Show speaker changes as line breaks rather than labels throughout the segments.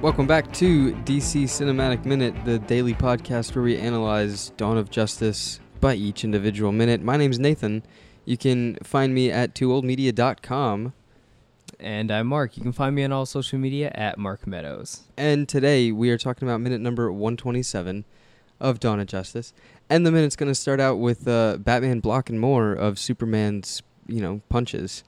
Welcome back to DC Cinematic Minute, the daily podcast where we analyze Dawn of Justice by each individual minute. My name's Nathan. You can find me at twooldmedia.com.
And I'm Mark. You can find me on all social media at Mark Meadows.
And today we are talking about minute number 127 of Dawn of Justice. And the minute's going to start out with uh, Batman blocking more of Superman's, you know, punches.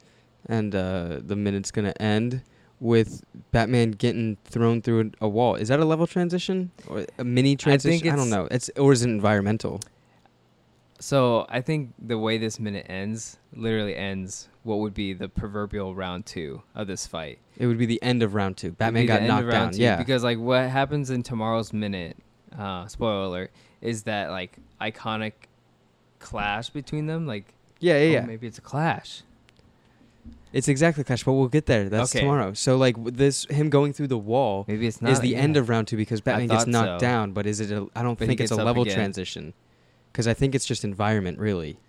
And uh, the minute's going to end with Batman getting thrown through an- a wall. Is that a level transition or a mini transition? I,
it's-
don't know. It's or is it environmental?
So I think the way this minute ends literally ends what would be the proverbial round two of this fight.
It would be the end of round two. Batman
Be the
got
end of
knocked
round
down.
two,
Yeah.
Because like what happens in tomorrow's minute, uh, spoiler alert, is that like iconic clash between them. Like
yeah, yeah,
oh,
yeah.
maybe it's a clash.
It's exactly Clash, but we'll get there. That's
Okay.
tomorrow. So like w- this, him going through the wall
Maybe it's not
is the
yeah.
end of round two because Batman gets
thought
knocked
so.
down. But is it? A, I don't
But he
think it's a
gets up
level
again.
transition, because I think it's just environment really.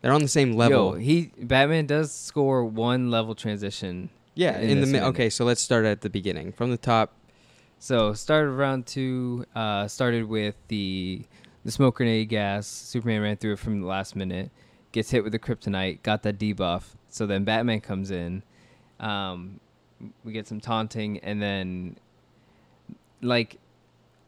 They're on the same level.
Yo, he Batman does score one level transition.
yeah, in,
in
the
this
mi-
minute.
okay. So let's start at the beginning from the top.
So started round two. Uh, started with the the smoke grenade gas. Superman ran through it from the last minute. Gets hit with the kryptonite. Got that debuff. So then Batman comes in. Um, we get some taunting, and then like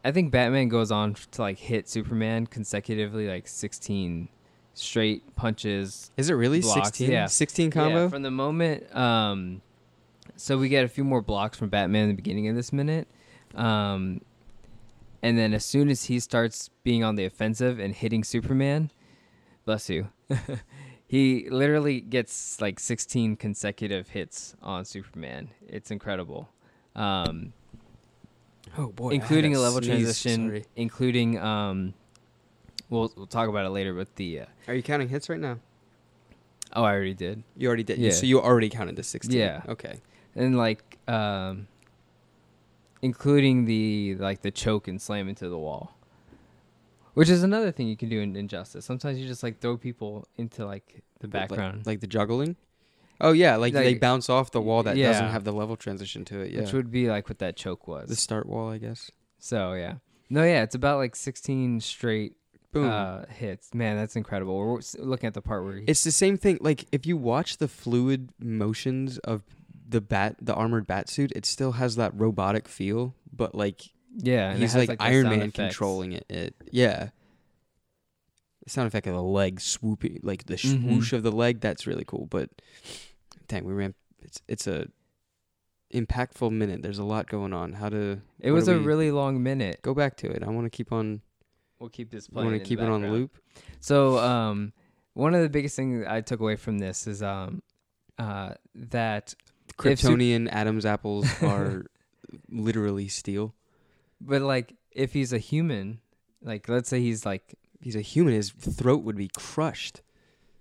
I think Batman goes on to like hit Superman consecutively like sixteen straight punches,
Is it really
Blocks,
sixteen?
yeah.
Sixteen
yeah,
combo.
from the moment, um, so we get a few more blocks from Batman in the beginning of this minute, um, and then as soon as he starts being on the offensive and hitting Superman, bless you, he literally gets like 16 consecutive hits on Superman. It's incredible, um,
oh boy,
including a level transition, including um, we'll we'll talk about it later. But the uh,
Are you counting hits right now?
oh, I already did.
You already did.
Yeah.
So you already counted the sixteen.
Yeah.
Okay.
and like um including the like the choke and slam into the wall which is another thing you can do in injustice sometimes you just like throw people into like the
Like-
background
like, the juggling. Oh yeah, like, they
Like-
bounce off the wall that doesn't
yeah.
have the level transition to it. Yeah,
which would be like what that choke was
the start wall, I guess.
so yeah no yeah it's about like 16 straight
Boom.
uh hits man that's incredible we're s- looking at the part where he,
it's the same thing. Like if you watch the fluid motions of the bat, the armored bat suit, it still has that robotic feel, but like
yeah and it
he's
has,
like,
the
Iron
sound
Man
effects.
controlling it. it. Yeah. The sound effect of the leg swooping, like the
Mhm.
swoosh of the leg, that's really cool. But dang, we ran. It's it's a impactful minute. There's a lot going on. How to
it
what
was
do
a
we-
really long minute
go back to it. I want to keep on.
we'll keep this
I
playing
want
in
to
the
keep it on
background.
loop.
So, um, one of the biggest things I took away from this is um, uh, that, If Sup-
Kryptonian Adam's apples are literally steel.
but like, if he's a human, like, let's say he's like,
He's a human. His throat would be crushed.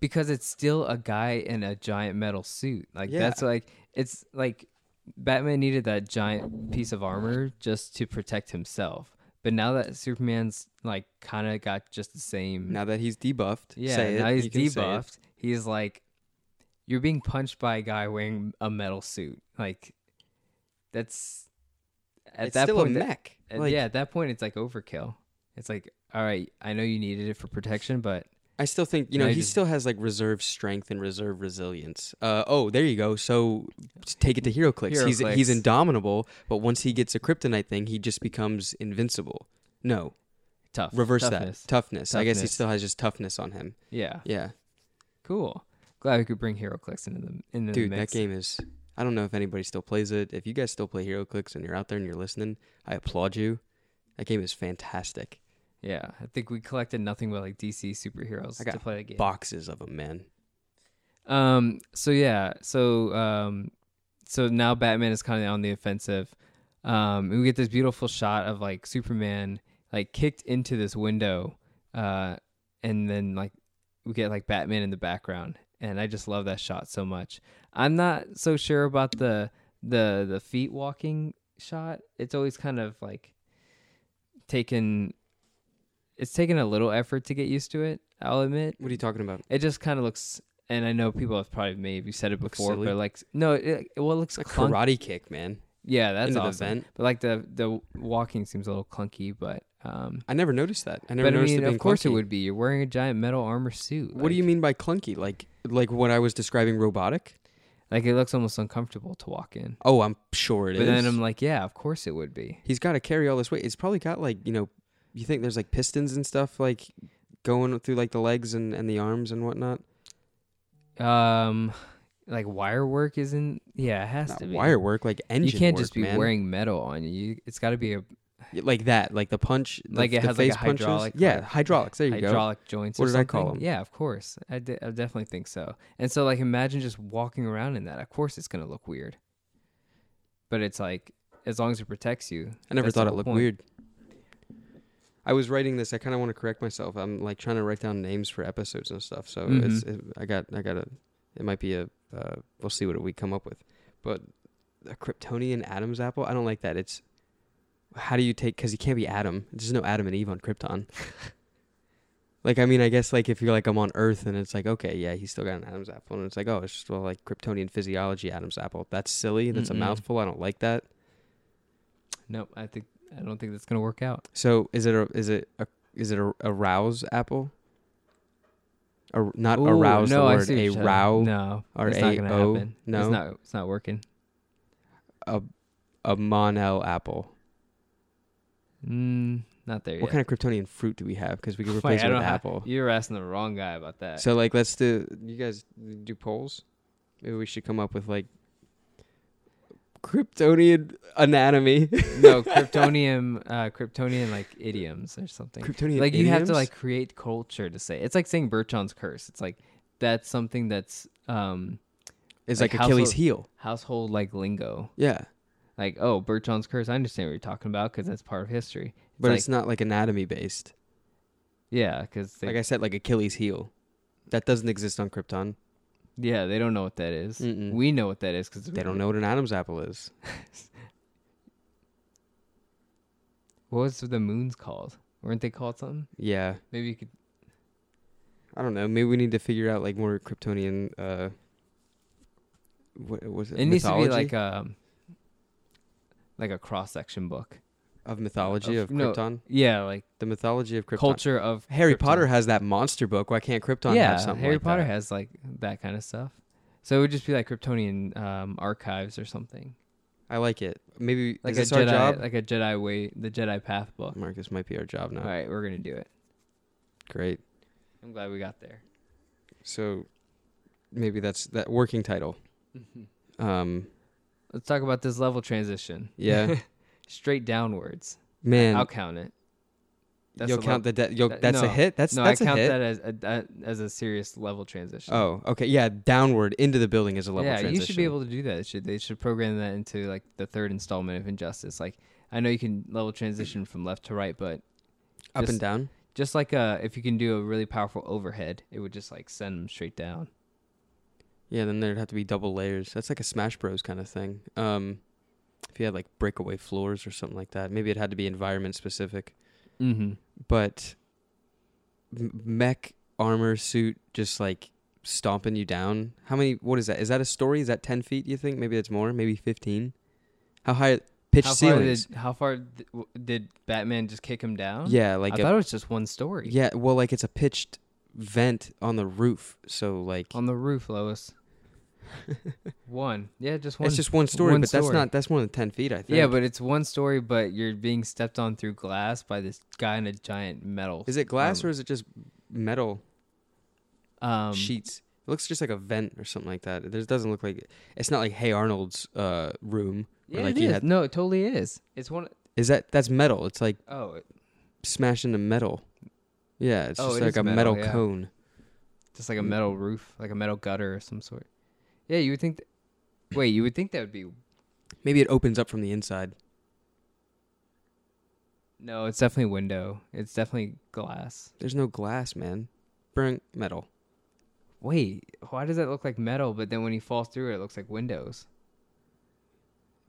because it's still a guy in a giant metal suit. Like,
Yeah.
that's like, it's like Batman needed that giant piece of armor just to protect himself. But now that Superman's like kind of got just the same,
Now that he's debuffed,
Mm-hmm. yeah,
say it,
now he's
you can say it.
debuffed. He's like, you're being punched by a guy wearing a metal suit. Like, that's at
it's
that
still
point.
a
that-
mech.
at-
Like,
yeah, at that point, it's like overkill. It's like, all right, I know you needed it for protection, but
I still think you
Now
know
he
he
just-
still has like reserve strength and reserve resilience. Uh, oh, there you go. So s- take it to HeroClix. he's he's
HeroClix.
indomitable, but once he gets a kryptonite thing, he just becomes invincible. No,
tough.
reverse
toughness.
that toughness. I guess he
Toughness.
still has just toughness on him.
Yeah,
Yeah,
cool. Glad we could bring HeroClix into the into the
dude, that
mix.
game is. I don't know if anybody still plays it. If you guys still play HeroClix and you're out there and you're listening, I applaud you. That game is fantastic.
Yeah, I think we collected nothing but like DC superheroes
I got
to play the game.
Boxes of them, man.
Um. So yeah. So um. So now Batman is kind of on the offensive. Um. And we get this beautiful shot of like Superman like kicked into this window. Uh. And then like we get like Batman in the background, and I just love that shot so much. I'm not so sure about the the the feet walking shot. It's always kind of like taken. It's taken a little effort to get used to it. I'll admit.
What are you talking about?
It just kind of looks, and I know people have probably maybe said it
Looks
before,
silly.
but like, no, it, well, it looks
A
clunky.
karate kick, man.
yeah, that's
into
awesome.
the vent.
But like the the walking seems a little clunky, but um,
I never noticed that. I never
but I
noticed
mean,
it being
of course
clunky.
it would be. You're wearing a giant metal armor suit.
What do you
Like-
mean by clunky? Like like what I was describing robotic?
Like it looks almost uncomfortable to walk in.
Oh, I'm sure it
But
is.
then I'm like, yeah, of course it would be.
He's got to carry all this weight. It's probably got like you know, you think there's like pistons and stuff like going through like the legs and and the arms and whatnot.
Um, like wire work isn't. Yeah, it has
Not
to be
wire work, like engine.
You can't
work,
just be
man.
wearing metal on you. you it's got to be a
Y- like that, like the punch, the-
Like it
the
has, like,
face
a
punches.
hydraulic,
Yeah,
like-
hydraulics. There you go.
hydraulic joints.
What
or
did I call
something.
'em?
Yeah, of course. I, de- I definitely think so. And so, like, imagine just walking around in that. Of course, it's gonna look weird. But it's like, as long as it protects you.
I never
that's the
thought it
whole
looked
point.
weird. I was writing this. I kind of want to correct myself. I'm like trying to write down names for episodes and stuff. So
Mm-hmm.
it's it, I got I got a. It might be a. Uh, we'll see what we come up with, but a Kryptonian Adam's apple. I don't like that. It's how do you take? Because you can't be Adam. There's no Adam and Eve on Krypton. like I mean, I guess like if you're like I'm on Earth and it's like okay, yeah, he's still got an Adam's apple, and it's like oh, it's just well like Kryptonian physiology Adam's apple. That's silly. That's a
Mm-mm.
mouthful. I don't like that.
Nope. I think I don't think that's gonna work out.
So is it a is it a is it a, a rouse apple? A, not
Ooh,
arouse
No,
the
I
word.
see what
A
you're saying.
row
No,
R
it's not
A
gonna
O?
happen.
No?
it's not. It's not working.
a monel apple.
Mm, not there yet.
What kind of Kryptonian fruit do we have? Because we could
Wait,
replace
I
it with
don't have-
apple.
You were asking the wrong guy about that.
So like let's do you guys do polls? Maybe we should come up with like Kryptonian anatomy.
no, Kryptonium, uh, Kryptonian like idioms or something.
Kryptonian
like you have
idioms?
to like create culture to say. It's like saying Bertrand's curse. It's like that's something that's um
it's
like
like, Achilles
household-
heel.
household like lingo.
Yeah.
Like oh, Bertrand's curse. I understand what you're talking about because that's part of history.
But
like-
it's not like anatomy based.
Yeah, because
Like I said, like Achilles heel. That doesn't exist on Krypton.
yeah they don't know what that is.
Mm-mm.
We know what that is because
They don't know what an Adam's apple is.
What was the moon's called? Weren't they called something?
Yeah.
Maybe you could.
I don't know. Maybe we need to figure out like more Kryptonian. Uh, what was it?
It needs to be
mythology?
like uh, a like a cross section book.
of mythology
of-
of,
no,
Krypton.
Yeah, like
The mythology of Krypton.
culture of
Harry
Krypton.
Potter has that monster book. Why can't Krypton
yeah,
have something
Harry
like
Potter
that?
has like that kind of stuff. So it would just be like Kryptonian um, archives or something,
I like it. Maybe
like
is this
a
our
Jedi,
job?
like a Jedi way, the Jedi path book.
Mark, this might be our job now.
All right, we're gonna do it.
Great.
I'm glad we got there.
So maybe that's that working title. Um,
Let's talk about this level transition.
Yeah.
straight downwards.
man,
I'll count it. That's
you'll
the
count
lev-
the de- you'll,
that-
that's a
no.
hit. That's
no,
that's
I
a
count
hit.
that as a, that- as a serious level transition.
oh, okay. Yeah, downward into the building is a level
yeah,
transition.
you should be able to do that. It should they should program that into like the third installment of Injustice? Like I know you can level transition from left to right, but
up and
just-
down.
just like uh if you can do a really powerful overhead, it would just like send them straight down.
Yeah, then there'd have to be double layers. That's like a Smash Bros kind of thing. Um, if you had like breakaway floors or something like that, maybe it had to be environment specific.
Mm-hmm.
But m- mech armor suit just like stomping you down. How many? What is that? Is that a story? Is that ten feet? You think? Maybe it's more. Maybe fifteen. How high? Pitch
How far
ceilings.
did how far th- w- did Batman just kick him down?
Yeah, like
I
a,
thought it was just one story.
yeah. Well, like it's a pitched vent on the roof. So like
on the roof, Lois. one, yeah, just one.
it's just one story,
one
but that's
story.
not that's more than ten feet. I think.
yeah, but it's one story, but you're being stepped on through glass by this guy in a giant metal.
is it glass
um,
or is it just metal?
um,
sheets. It looks just like a vent or something like that. There doesn't look like it's not like Hey Arnold's uh, room. where,
Yeah,
like
it
you
is.
had-
no, it totally is. It's one.
is that that's metal? It's like
Oh, it-
smashed into metal. Yeah, it's
Oh,
just
it
like
is
a metal,
metal, yeah.
cone.
just like a
Mm.
metal roof, like a metal gutter of some sort. Yeah, you would think. Th- wait, you would think that would be.
Maybe it opens up from the inside.
No, it's definitely window. It's definitely glass.
There's no glass, man. Burn metal.
Wait, why does that look like metal? But then when he falls through it, it looks like windows.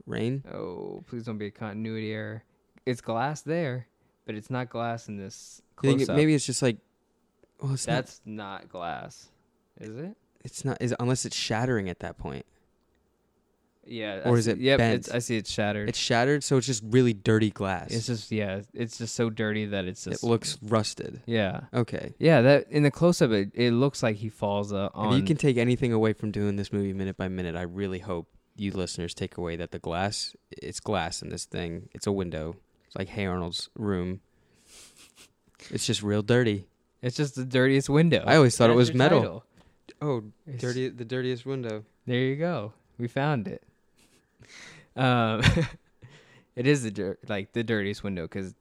Rain.
Oh, please don't be a continuity error. It's glass there, but it's not glass in this
You think
close
it,
up.
maybe it's just like well, it's not.
that's not glass, is it?
It's not is unless it's shattering at that point.
Yeah.
Or
I
is
see-
it
Yep.
bent?
It's, I see it's shattered.
It's
It's,
shattered, so it's just really dirty glass.
just yeah. It's just so dirty that it's just
it looks rusted.
yeah.
Okay.
Yeah, that in the close up, it, it looks like he falls uh,
If
on.
you can take anything away from doing this movie minute by minute, I really hope you listeners take away that the glass, it's glass in this thing. It's a window. It's like Hey Arnold's room. It's just real dirty.
it's just the dirtiest window.
I always thought it
That's
was
your
metal.
title.
Oh,
Oh. It's-
dirty the dirtiest window.
There you go. We found it. Um, it is the dir- like the dirtiest window because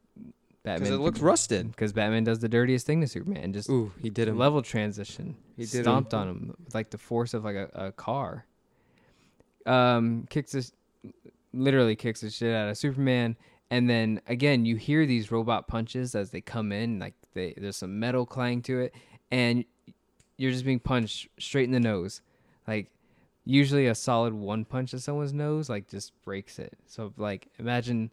Batman.
it looks rusted.
Because Batman does the dirtiest thing to Superman, just
Ooh, he did him.
level transition.
He
He
did 'em.
stomped on him with like the force of like a, a car. Um, kicks this, literally kicks the shit out of Superman, and then again you hear these robot punches as they come in. Like they, there's some metal clang to it, and you're just being punched straight in the nose. Like usually a solid one punch to someone's nose like just breaks it. So like imagine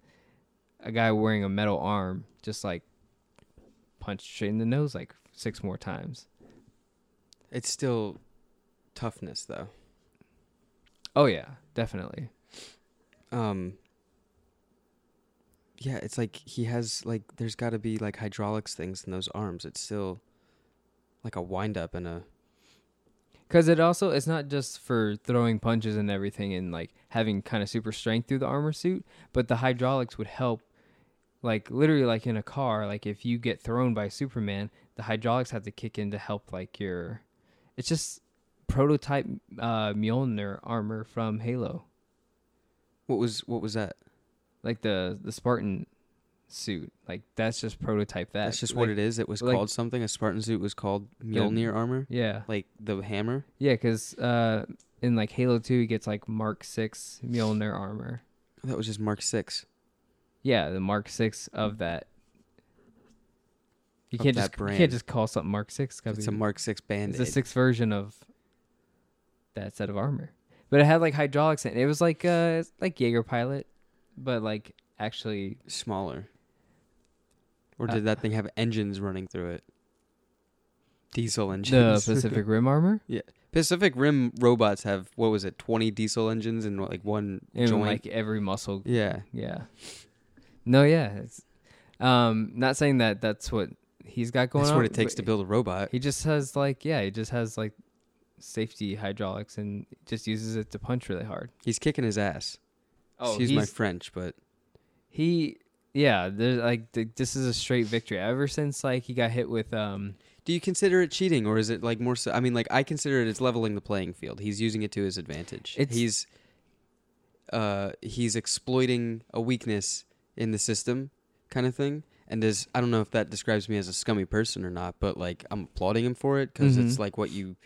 a guy wearing a metal arm just like punched straight in the nose like six more times.
It's still toughness though.
Oh yeah, definitely.
um yeah it's like he has like there's got to be like hydraulics things in those arms it's still like a wind up and a
Because it also it's not just for throwing punches and everything and like having kind of super strength through the armor suit, but the hydraulics would help. Like literally, like in a car, like if you get thrown by Superman, the hydraulics have to kick in to help. Like your, it's just prototype uh, Mjolnir armor from Halo,
what was what was that
like the the Spartan suit. Like that's just prototype that.
that's just what it is it was
like-
called something a spartan suit was called mjolnir armor
Yeah.
like the hammer
Yeah, because uh, in like Halo Two, he gets like Mark Six Mjolnir armor.
Oh, that was just mark 6
Yeah, the Mark Six of that. You
Of
can't
that
just you
brand.
can't just call something Mark Six. It's, gotta
it's
be-
a mark 6 band
it's the sixth version of that set of armor, but it had like hydraulics in it. It was like uh, it's like Jaeger Pilot, but like actually,
smaller or
Uh,
did that thing have engines running through it diesel
the
engines
Pacific Rim armor
pacific rim robots have what was it 20 diesel engines and like one
and
joint
like every muscle
yeah
Yeah. No, yeah. It's, um, not saying that that's what he's got going
That's
on.
what it takes to
but
build a robot.
He just has like, yeah, he just has like safety hydraulics and just uses it to punch really hard.
He's kicking his ass.
Oh,
Excuse
he's,
my French, but
he, yeah, there's like th- this is a straight victory. Ever since like he got hit with um,
do you consider it cheating or is it like more so? I mean, like I consider it as leveling the playing field. He's using it to his advantage.
It's-
he's uh he's exploiting a weakness in the system kind of thing. And as I don't know if that describes me as a scummy person or not, but like I'm applauding him for it because it's
Mhm.
like what you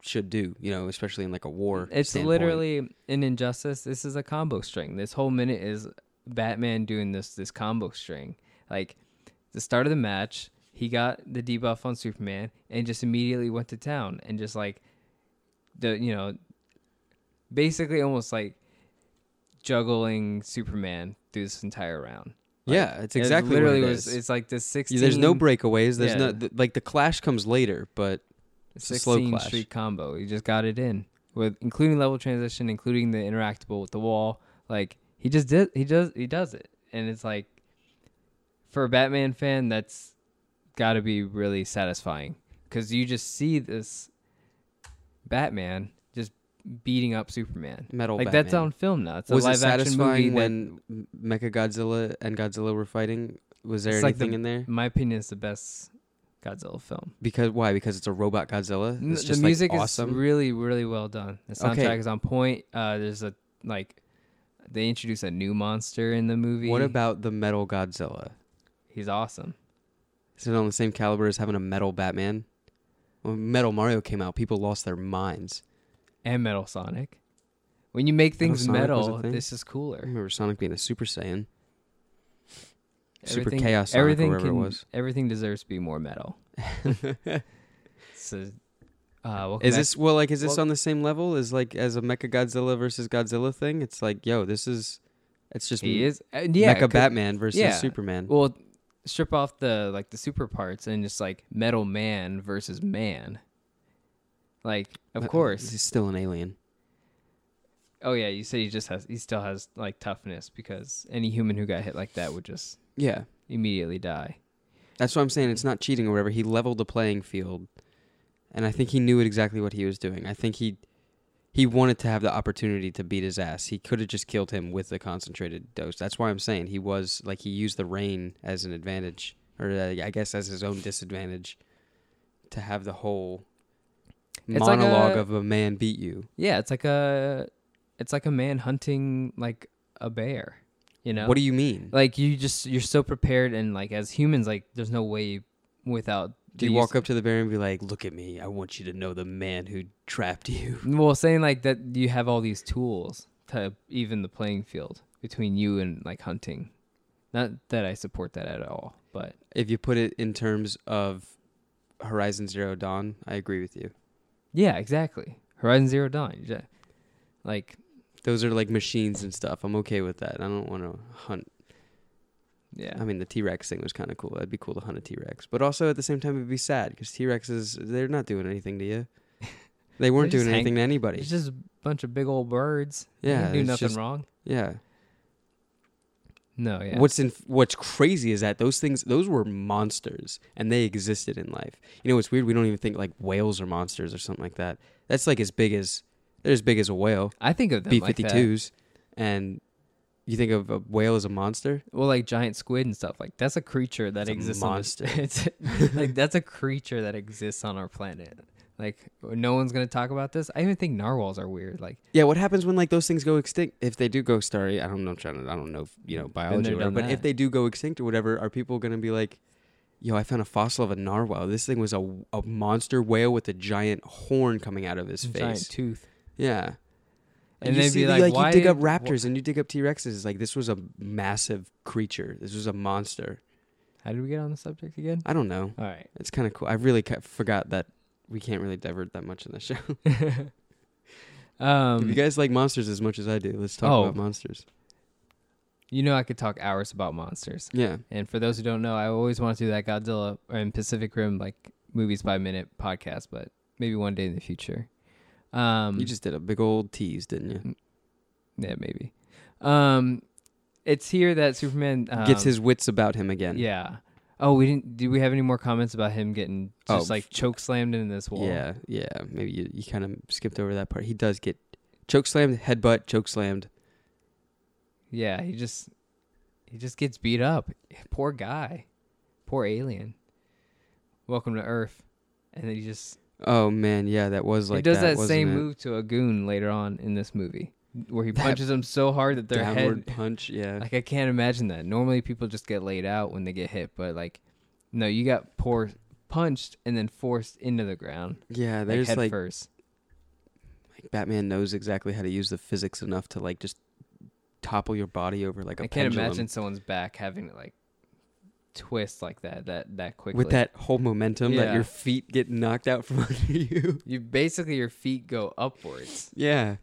should do, you know, especially in like a war.
it's
standpoint.
literally an injustice. This is a combo string. This whole minute is Batman doing this this combo string. Like the start of the match, he got the debuff on Superman and just immediately went to town and just like the you know basically almost like juggling Superman through this entire round. like,
yeah, it's
It
exactly what
literally
it
was
is.
it's like this sixteen
Yeah, There's no breakaways. There's no
Yeah.
th- like the clash comes later, but It's a slow
16
clash.
street combo. He just got it in with including level transition, including the interactable with the wall. Like he just did, he does, he does it, and it's like for a Batman fan, that's got to be really satisfying because you just see this Batman just beating up Superman.
metal
like that's
Oh, Batman.
on film now. It's a
was it
live action movie.
satisfying
that-
when Mecha Godzilla and Godzilla were fighting? Was there
It's like
anything
the-
in there?
in my opinion, is the best Godzilla film.
Because why? Because it's a robot Godzilla.
N-
It's just
the music
like awesome.
is really really well done the soundtrack
Okay.
is on point uh there's a like they introduce a new monster in the movie
what about the metal Godzilla?
he's awesome
Is it on the same caliber as having a metal Batman? When Metal Mario came out, people lost their minds.
and metal sonic when you make things
Sonic was a
metal
thing?
this is
I
cooler
remember Sonic being a Super Saiyan. Super
Everything-
Chaos Sonic or
everything
whatever it
can-
was.
everything deserves to be more metal so uh welcome
Is
back-
this well like is this
Well-
on the same level as like as a Mecha Godzilla versus Godzilla thing? It's like, yo, this is it's just
he
m-
is uh, yeah
Mecha
'cause-
Batman versus
yeah.
Superman.
well strip off the like the super parts and just like metal man versus man like of
Uh,
course
He's still an alien.
oh yeah, you said he just has he still has like toughness because any human who got hit like that would just
Yeah.
immediately die.
That's what I'm saying. It's not cheating or whatever. He leveled the playing field, and I think he knew exactly what he was doing. I think he he wanted to have the opportunity to beat his ass. He could have just killed him with a concentrated dose. That's why I'm saying he was like he used the rain as an advantage, or uh, I guess as his own disadvantage, to have the whole
It's like
monologue
a-
of a man beat you
Yeah, it's like a it's like a man hunting like a bear. You know,
what do you mean
like you just you're so prepared and like as humans like there's no way without
do you
these-
walk up to the bear and be like look at me i want you to know the man who trapped you
Well, saying like that, you have all these tools to even the playing field between you and like hunting. Not that I support that at all, but
if you put it in terms of Horizon Zero Dawn, I agree with you.
yeah, exactly. Horizon Zero Dawn, you ju- like
Those are like machines and stuff. I'm okay with that. I don't want to hunt.
yeah,
I mean, the T Rex thing was kind of cool. That'd be cool to hunt a T Rex, but also at the same time, it'd be sad because T Rexes they're not doing anything to you. They weren't
just
doing anything to anybody.
it's just a bunch of big old birds. They
Yeah,
didn't do
it's
nothing
just-
wrong.
yeah.
No, yeah,
What's in what's crazy is that those things those were monsters and they existed in life. You know, it's weird. We don't even think like whales are monsters or something like that. That's like as big as they're as big as a whale.
I think of them
B
like
fifty
that.
twos, and you think of a whale as a monster.
Well, like giant squid and stuff. Like that's a creature that
It's a
exists. on this-
monster.
it's like that's a creature that exists on our planet. Like no one's gonna talk about this. I even think narwhals are weird. Like
Yeah, what happens when like those things go extinct? If they do go starry, I don't know. I'm trying to, I don't know. You know, biology,
they're
or whatever,
done
but if
that.
they do go extinct or whatever, are people gonna be like, "Yo, I found a fossil of a narwhal. This thing was a, a monster whale with a giant horn coming out of his face.
giant tooth.
Yeah." And,
And
you
they'd
see,
be
the-
like,
like,
"Why
you dig up
did- wha-
raptors and you dig up T Rexes. It's Like this was a massive creature. This was a monster.
How did we get on the subject again?
I don't know.
All right.
It's kind of cool. I really ca- forgot that we can't really divert that much in the show.
um,
if
you,
you guys like monsters as much as I do, let's talk
Oh.
about monsters.
know, I could talk hours about monsters.
Yeah.
And for those who don't know, I always want to do that Godzilla or in Pacific Rim like movies by minute podcast, but maybe one day in the future. Um,
You just did a big old tease, didn't you?
yeah, maybe. Um, it's here that Superman um,
Gets his wits about him again.
yeah. Oh, we didn't. Do we have any more comments about him getting just
Oh,
like choke slammed into this wall?
Yeah. Yeah. Maybe you, you kind of skipped over that part. He does get choke slammed, headbutt, choke slammed.
Yeah, he just he just gets beat up. Poor guy. Poor alien. Welcome to Earth. And then he just
Oh man, yeah, that was
he
like
does that,
wasn't
same
it?
move to a goon later on in this movie where he
That
punches him so hard that their
downward
head
punch. Yeah.
like I can't imagine that. Normally people just get laid out when they get hit, but like no, you got poor punched and then forced into the ground.
yeah.
Like
There's
head
like,
first.
like Batman knows exactly how to use the physics enough to like just topple your body over like a
I can't
pendulum.
imagine someone's back having to like twist like that that that quickly.
with that whole momentum that
Yeah.
your feet get knocked out from under you.
you basically your feet go upwards.
Yeah.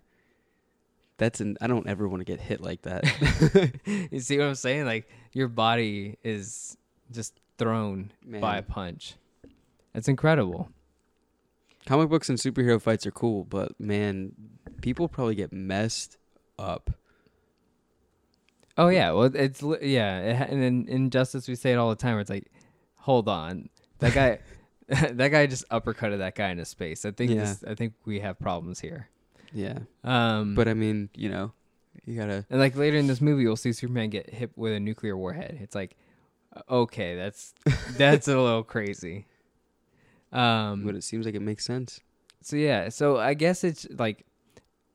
That's an I don't ever want to get hit like that.
You see what I'm saying? Like your body is just thrown by a
Man.
punch. It's incredible.
Comic books and superhero fights are cool, but man, people probably get messed up.
Oh yeah, well it's li- yeah, it ha- and in Injustice we say it all the time. Where it's like, hold on, that guy, that guy just uppercutted that guy into space. I think
Yeah.
this, I think we have problems here.
Yeah.
Um,
But I mean, you know, you gotta
and like later in this movie, we'll see Superman get hit with a nuclear warhead. It's like, okay, that's that's a little crazy. Um,
but it seems like it makes sense.
So yeah, so I guess it's like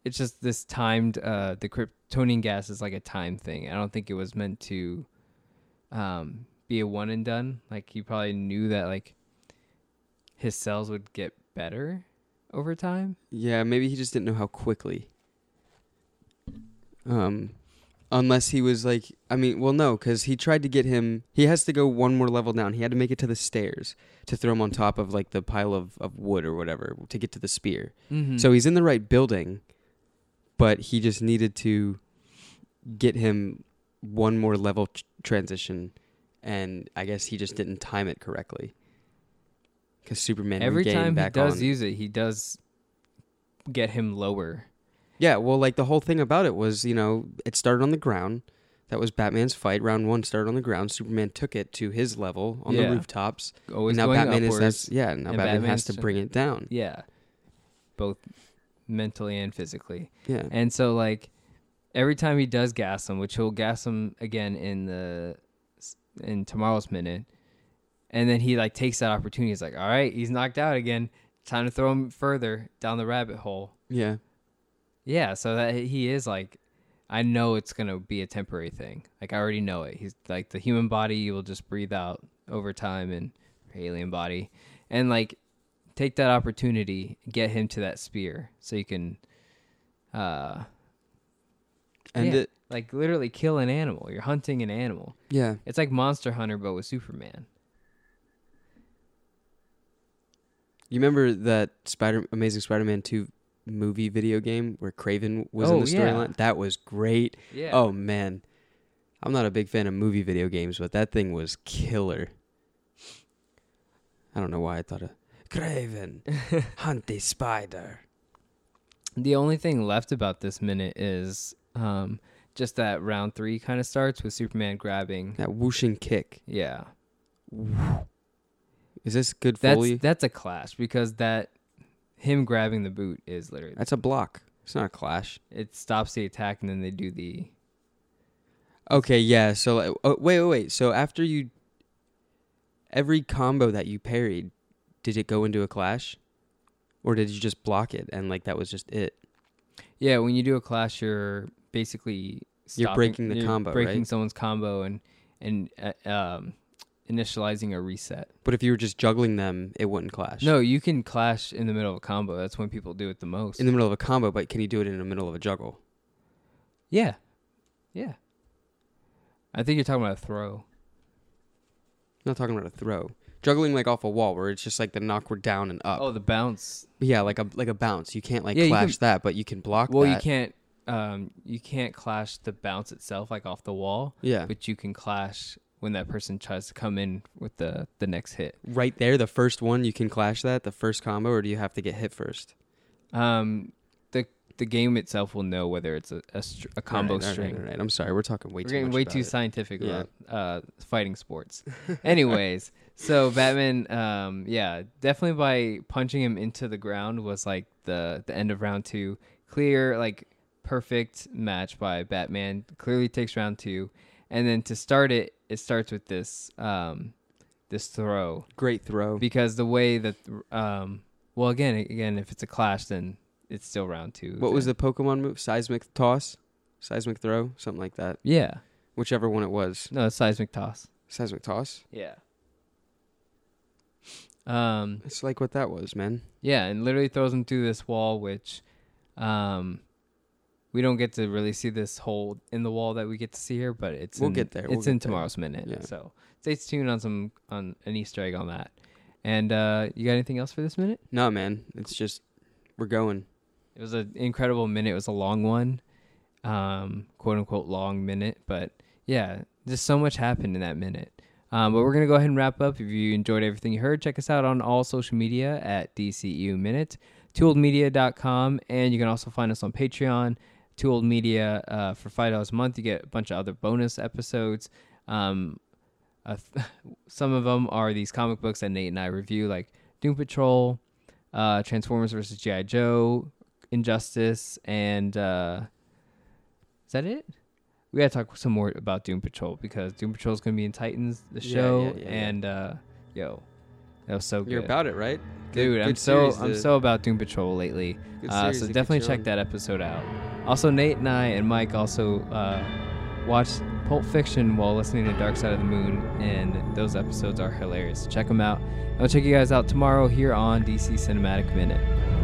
it's just this timed uh the kryptonian gas is like a time thing. I don't think it was meant to um be a one and done. Like he probably knew that like his cells would get better over time.
Yeah, maybe he just didn't know how quickly. Um, unless he was like, I mean, well, no, because he tried to get him. He has to go one more level down. He had to make it to the stairs to throw him on top of like the pile of, of wood or whatever to get to the spear.
Mm-hmm.
So he's in the right building, but he just needed to get him one more level tr- transition, and I guess he just didn't time it correctly. Because Superman
every
regained
time he
back
does
on.
use it, he does get him lower.
Yeah, well, like the whole thing about it was, you know, it started on the ground. That was Batman's fight. Round one started on the ground. Superman took it to his level on
Yeah.
the rooftops.
Always
and now
going
Batman
upwards.
is that's yeah. Now
and
Batman
Batman's
has to
tr-
bring it down.
yeah, both mentally and physically.
Yeah,
And so like every time he does gas him, which he'll gas him again in the in tomorrow's minute, and then he like takes that opportunity. He's like, all right, he's knocked out again. Time to throw him further down the rabbit hole.
yeah,
Yeah, so that he is like, I know it's gonna be a temporary thing. Like I already know it. He's like the human body you will just breathe out over time and alien body, and like take that opportunity, get him to that spear so you can, uh,
and
yeah,
it
like literally kill an animal. You're hunting an animal.
yeah.
It's like Monster Hunter but with Superman.
You remember that Spider Amazing Spider-Man two movie video game where Craven was
Oh,
in the
yeah.
storyline? That was great.
Yeah.
Oh man, I'm not a big fan of movie video games, but that thing was killer. I don't know why I thought of Craven hunt the spider.
Oh. The only thing left about this minute is um, just that round three kind of starts with Superman grabbing.
That whooshing kick.
Yeah.
Is this good
That's
Foley?
that's a clash because that him grabbing the boot is literally
That's a block. It's not a clash.
it stops the attack and then they do the
Okay, yeah. So like, oh, wait, wait, wait. So after you, every combo that you parried, did it go into a clash, or did you just block it and like that was just it?
yeah when you do a clash you're basically
You're
stopping-
breaking the
you're
combo,
breaking
right?
someone's combo and and uh, um, initializing a reset.
But if you were just juggling them, it wouldn't clash.
No, you can clash in the middle of a combo. That's when people do it the most.
in the middle of a combo, but can you do it in the middle of a juggle?
yeah, yeah. I think you're talking about a throw.
I'm not talking about a throw. Juggling like off a wall where it's just like the knockward down and up.
Oh, the bounce.
Yeah, like a like a bounce. You can't like
Yeah, you
clash
can-
that, but you can block.
Well, you
that.
can't. Um, you can't clash the bounce itself, like off the wall.
Yeah,
but you can clash when that person tries to come in with the the next hit.
right there, the first one you can clash that the first combo, or do you have to get hit first?
Um, the the game itself will know whether it's a, a, str- a combo
All right, all right,
string.
all right. I'm sorry, we're talking way
We're
too
getting
much
way
about
too
it.
scientific
Yeah.
about uh, fighting sports. Anyways, so Batman, um, yeah, definitely by punching him into the ground was like the the end of round two. Clear, like perfect match by Batman. Clearly takes round two, and then to start it, it starts with this um, this throw.
Great throw.
because the way that um well again again if it's a clash then it's still round two
What was
then.
the Pokemon move? Seismic toss, seismic throw, something like that.
yeah
Whichever one it was,
no it's seismic toss
seismic toss.
yeah um
It's like what that was, man.
yeah and literally throws him through this wall which um we don't get to really see this hole in the wall that we get to see here but it's
We'll
in-
get there,
it's
we'll
in
get there.
tomorrow's minute
Yeah.
so stay tuned on some on an easter egg on that and uh you got anything else for this minute
No, man. It's just we're going.
It was an incredible minute. It was a long one, um, quote unquote long minute. But yeah, just so much happened in that minute. Um, but we're gonna go ahead and wrap up. If you enjoyed everything you heard, check us out on all social media at DCU Minute, tooledmedia.com, and you can also find us on Patreon, Too Old Media. Uh, for five dollars a month, you get a bunch of other bonus episodes. Um, a th- some of them are these comic books that Nate and I review, like Doom Patrol, uh, Transformers versus GI Joe, Injustice, and uh, is that it? We gotta talk some more about Doom Patrol because Doom Patrol is gonna be in Titans, the
Yeah,
show,
yeah, yeah, yeah.
and uh, yo, that was so
You're
good,
about it, right? Good-
dude. I'm
good
so
series
I'm
to-
so about Doom Patrol lately.
good
Uh,
series
so
to get
definitely
you
check
on.
that episode out. Also, Nate and I and Mike also uh, watched Pulp Fiction while listening to Dark Side of the Moon, and those episodes are hilarious. Check them out. I'll check you guys out tomorrow here on DC Cinematic Minute.